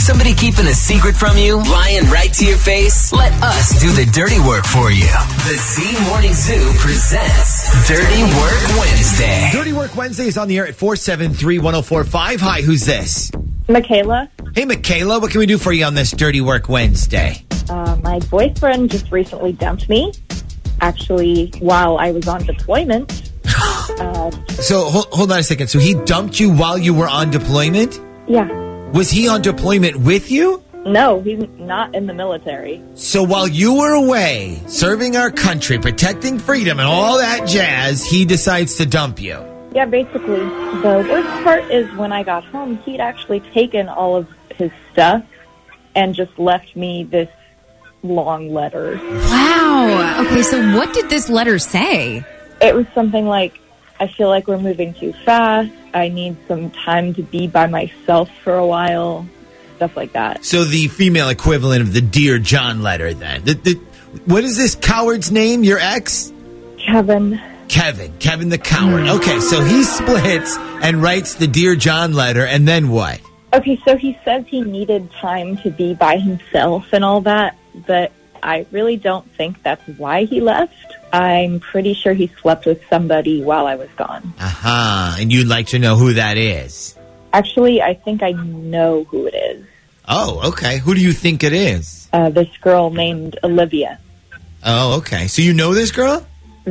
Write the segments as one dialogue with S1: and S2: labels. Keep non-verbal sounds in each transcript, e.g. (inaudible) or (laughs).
S1: Somebody keeping a secret from you, lying right to your face? Let us do the dirty work for you. The Z Morning Zoo presents Dirty Work Wednesday.
S2: Dirty Work Wednesday is on the air at 473-1045. Hi, who's this?
S3: Michaela,
S2: Hey, Michaela, what can we do for you on this Dirty Work Wednesday?
S3: uh, my boyfriend just recently dumped me. Actually, while I was on deployment. Uh,
S2: So, hold, hold on a second. So, he dumped you while you were on deployment?
S3: yeah.
S2: Was he on deployment with you?
S3: No, he's not in the military.
S2: So, while you were away serving our country, protecting freedom, and all that jazz, he decides to dump you.
S3: Yeah, basically. The worst part is when I got home, he'd actually taken all of his stuff and just left me this long letter.
S4: Wow. Okay, so what did this letter say?
S3: It was something like, I feel like we're moving too fast. I need some time to be by myself for a while. Stuff like that.
S2: So, the female equivalent of the Dear John letter, then. The, the, what is this coward's name? Your ex?
S3: Kevin,
S2: Kevin, Kevin the coward. Okay, so he splits and writes the Dear John letter, and then what?
S3: Okay, so he says he needed time to be by himself and all that, but I really don't think that's why he left. I'm pretty sure he slept with somebody while I was gone.
S2: Aha, Uh-huh, and you'd like to know who that is.
S3: Actually, I think I know who it is.
S2: Oh, okay. Who do you think it is?
S3: Uh, this girl named Olivia.
S2: Oh, okay. So you know this girl?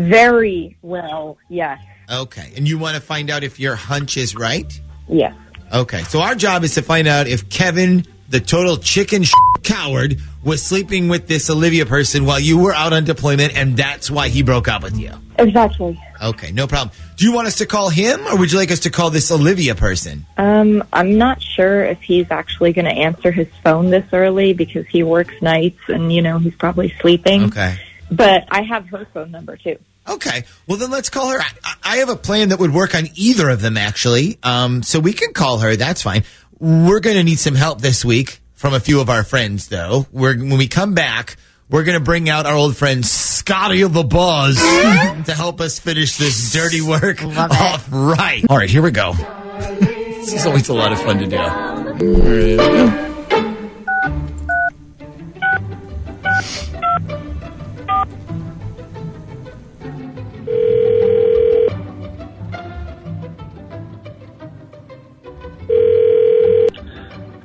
S3: Very well, yes,
S2: Okay, and you want to find out if your hunch is right?
S3: yes.
S2: Okay, so our job is to find out if Kevin, the total chicken sh- coward, was sleeping with this Olivia person while you were out on deployment, and that's why he broke up with you.
S3: Exactly.
S2: Okay, no problem. Do you want us to call him, or would you like us to call this Olivia person?
S3: Um, I'm not sure if he's actually going to answer his phone this early because he works nights and, you know, he's probably sleeping.
S2: Okay.
S3: But I have her phone number too.
S2: Okay. Well, then let's call her. I, I- I have a plan that would work on either of them, actually. Um, so we can call her. That's fine. We're going to need some help this week from a few of our friends, though. We're, when we come back, we're going to bring out our old friend Scotty the Buzz to help us finish this dirty work off right. All right, here we go. this is always a lot of fun to do.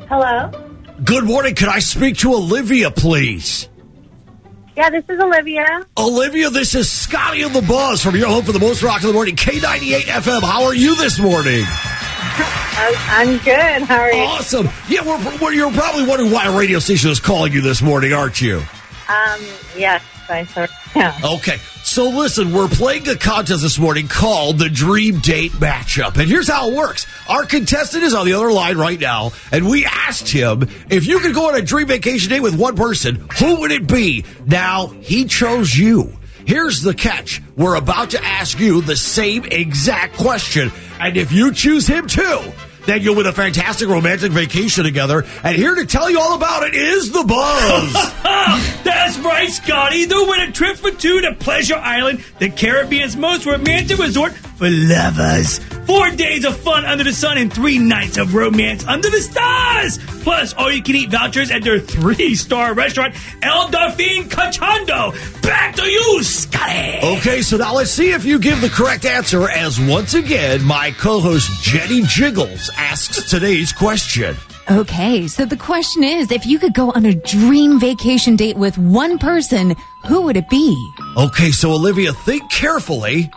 S5: Hello.
S6: Good morning. Could I speak to Olivia, please?
S5: Yeah, this is Olivia.
S6: Olivia, this is Scotty and the Buzz from your home for the most rock of the morning, K98 FM. How are you this morning?
S5: I'm, I'm good. How are you?
S6: Awesome. Yeah, we're, we're, you're probably wondering why a radio station is calling you this morning, aren't you?
S5: Um, yes, I sort yeah.
S6: Okay. So listen, we're playing a contest this morning called the Dream Date Matchup. And here's how it works. Our contestant is on the other line right now, and we asked him if you could go on a dream vacation date with one person, who would it be? Now, he chose you. Here's the catch. We're about to ask you the same exact question. And if you choose him too, then you'll win a fantastic romantic vacation together. And here to tell you all about it is the Buzz.
S7: That's right, Scotty. They'll win a trip for two to Pleasure Island, the Caribbean's most romantic resort for lovers. Four days of fun under the sun and three nights of romance under the stars. Plus, all you can eat vouchers at their three star restaurant, El Delfin Cachando. Back to you, Scotty.
S8: Oh,
S6: Okay, so now let's see if you give the correct answer as once again, my co host Jenny Jiggles asks today's question.
S4: Okay, so the question is if you could go on a dream vacation date with one person, who would it be?
S6: Okay, so Olivia, think carefully,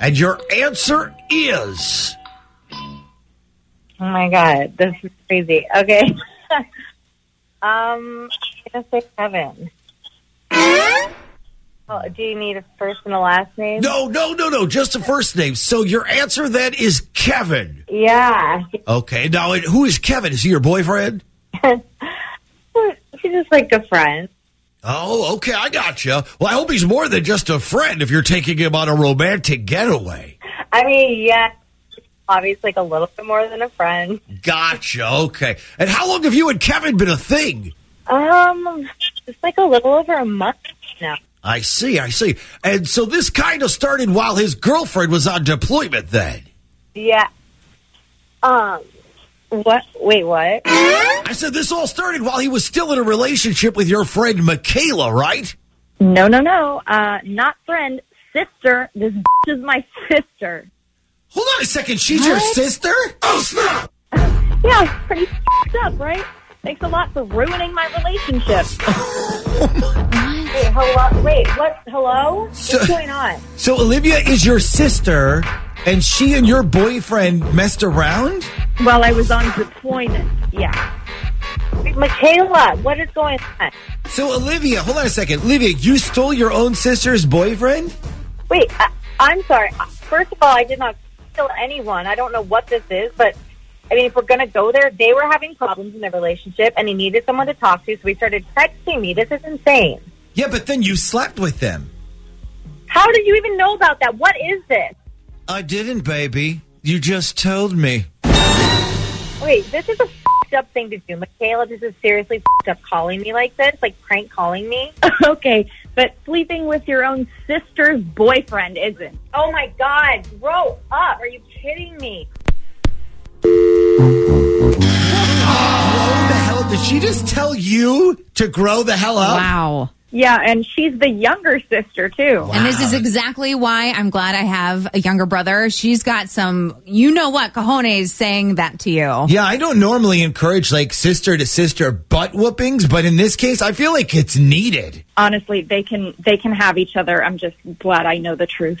S6: and your answer is
S5: (laughs) Oh my god, this is crazy. Okay. (laughs) um, I'm gonna say Kevin. Well, do you need a first and a last name?
S6: no, no, no, no, just the first name. So your answer then is Kevin.
S5: Yeah.
S6: Okay, now and who is Kevin? Is he your boyfriend?
S5: She's just like a friend.
S6: Oh, okay, I got you. Well, I hope he's more than just a friend if you're taking him on a romantic getaway.
S5: I mean, yeah, obviously like a little bit more than a friend.
S6: Gotcha. Okay. And how long have you and Kevin been a thing?
S5: Um, it's like a little over a month now.
S6: I see. I see. And so this kind of started while his girlfriend was on deployment. Then
S5: Yeah. Um, what? Wait, what?
S6: I said this all started while he was still in a relationship with your friend Michaela, right?
S5: No, no, no. Uh, not friend, sister. This is my sister.
S6: Hold on a second. She's your sister. Oh snap!
S5: Yeah, it's pretty f***ed up, right? Thanks a lot for ruining my relationship. wait, hello? Wait, what? Hello? What's going on?
S2: So Olivia is your sister, and she and your boyfriend messed around?
S5: Well, I was on deployment. Yeah. Michaela, what is going on?
S2: So Olivia, hold on a second. Olivia, you stole your own sister's boyfriend?
S5: Wait, I, I'm sorry. First of all, I did not kill anyone. I don't know what this is, but I mean, if we're going to go there, they were having problems in their relationship, and he needed someone to talk to, so he started texting me. This is insane.
S2: Yeah, but then you slept with them.
S5: How did you even know about that? What is this?
S2: I didn't, baby. You just told me.
S5: Wait, this is a f***ed up thing to do. Michaela, this is seriously f***ed up calling me like this, like prank calling me.
S3: (laughs)
S5: (laughs)
S3: okay, but sleeping with your own sister's boyfriend isn't.
S5: Oh my God, grow up. Are you kidding me?
S2: What the hell? Did she just tell you to grow the hell
S8: Oh.
S2: up?
S4: Wow.
S3: Yeah, and she's the younger sister too.
S4: And this is exactly why I'm glad I have a younger brother. She's got some, you know what, cojones saying that to you.
S2: Yeah, I don't normally encourage like sister to sister butt whoopings, but in this case, I feel like it's needed.
S3: Honestly, they can they can have each other. I'm just glad I know the truth.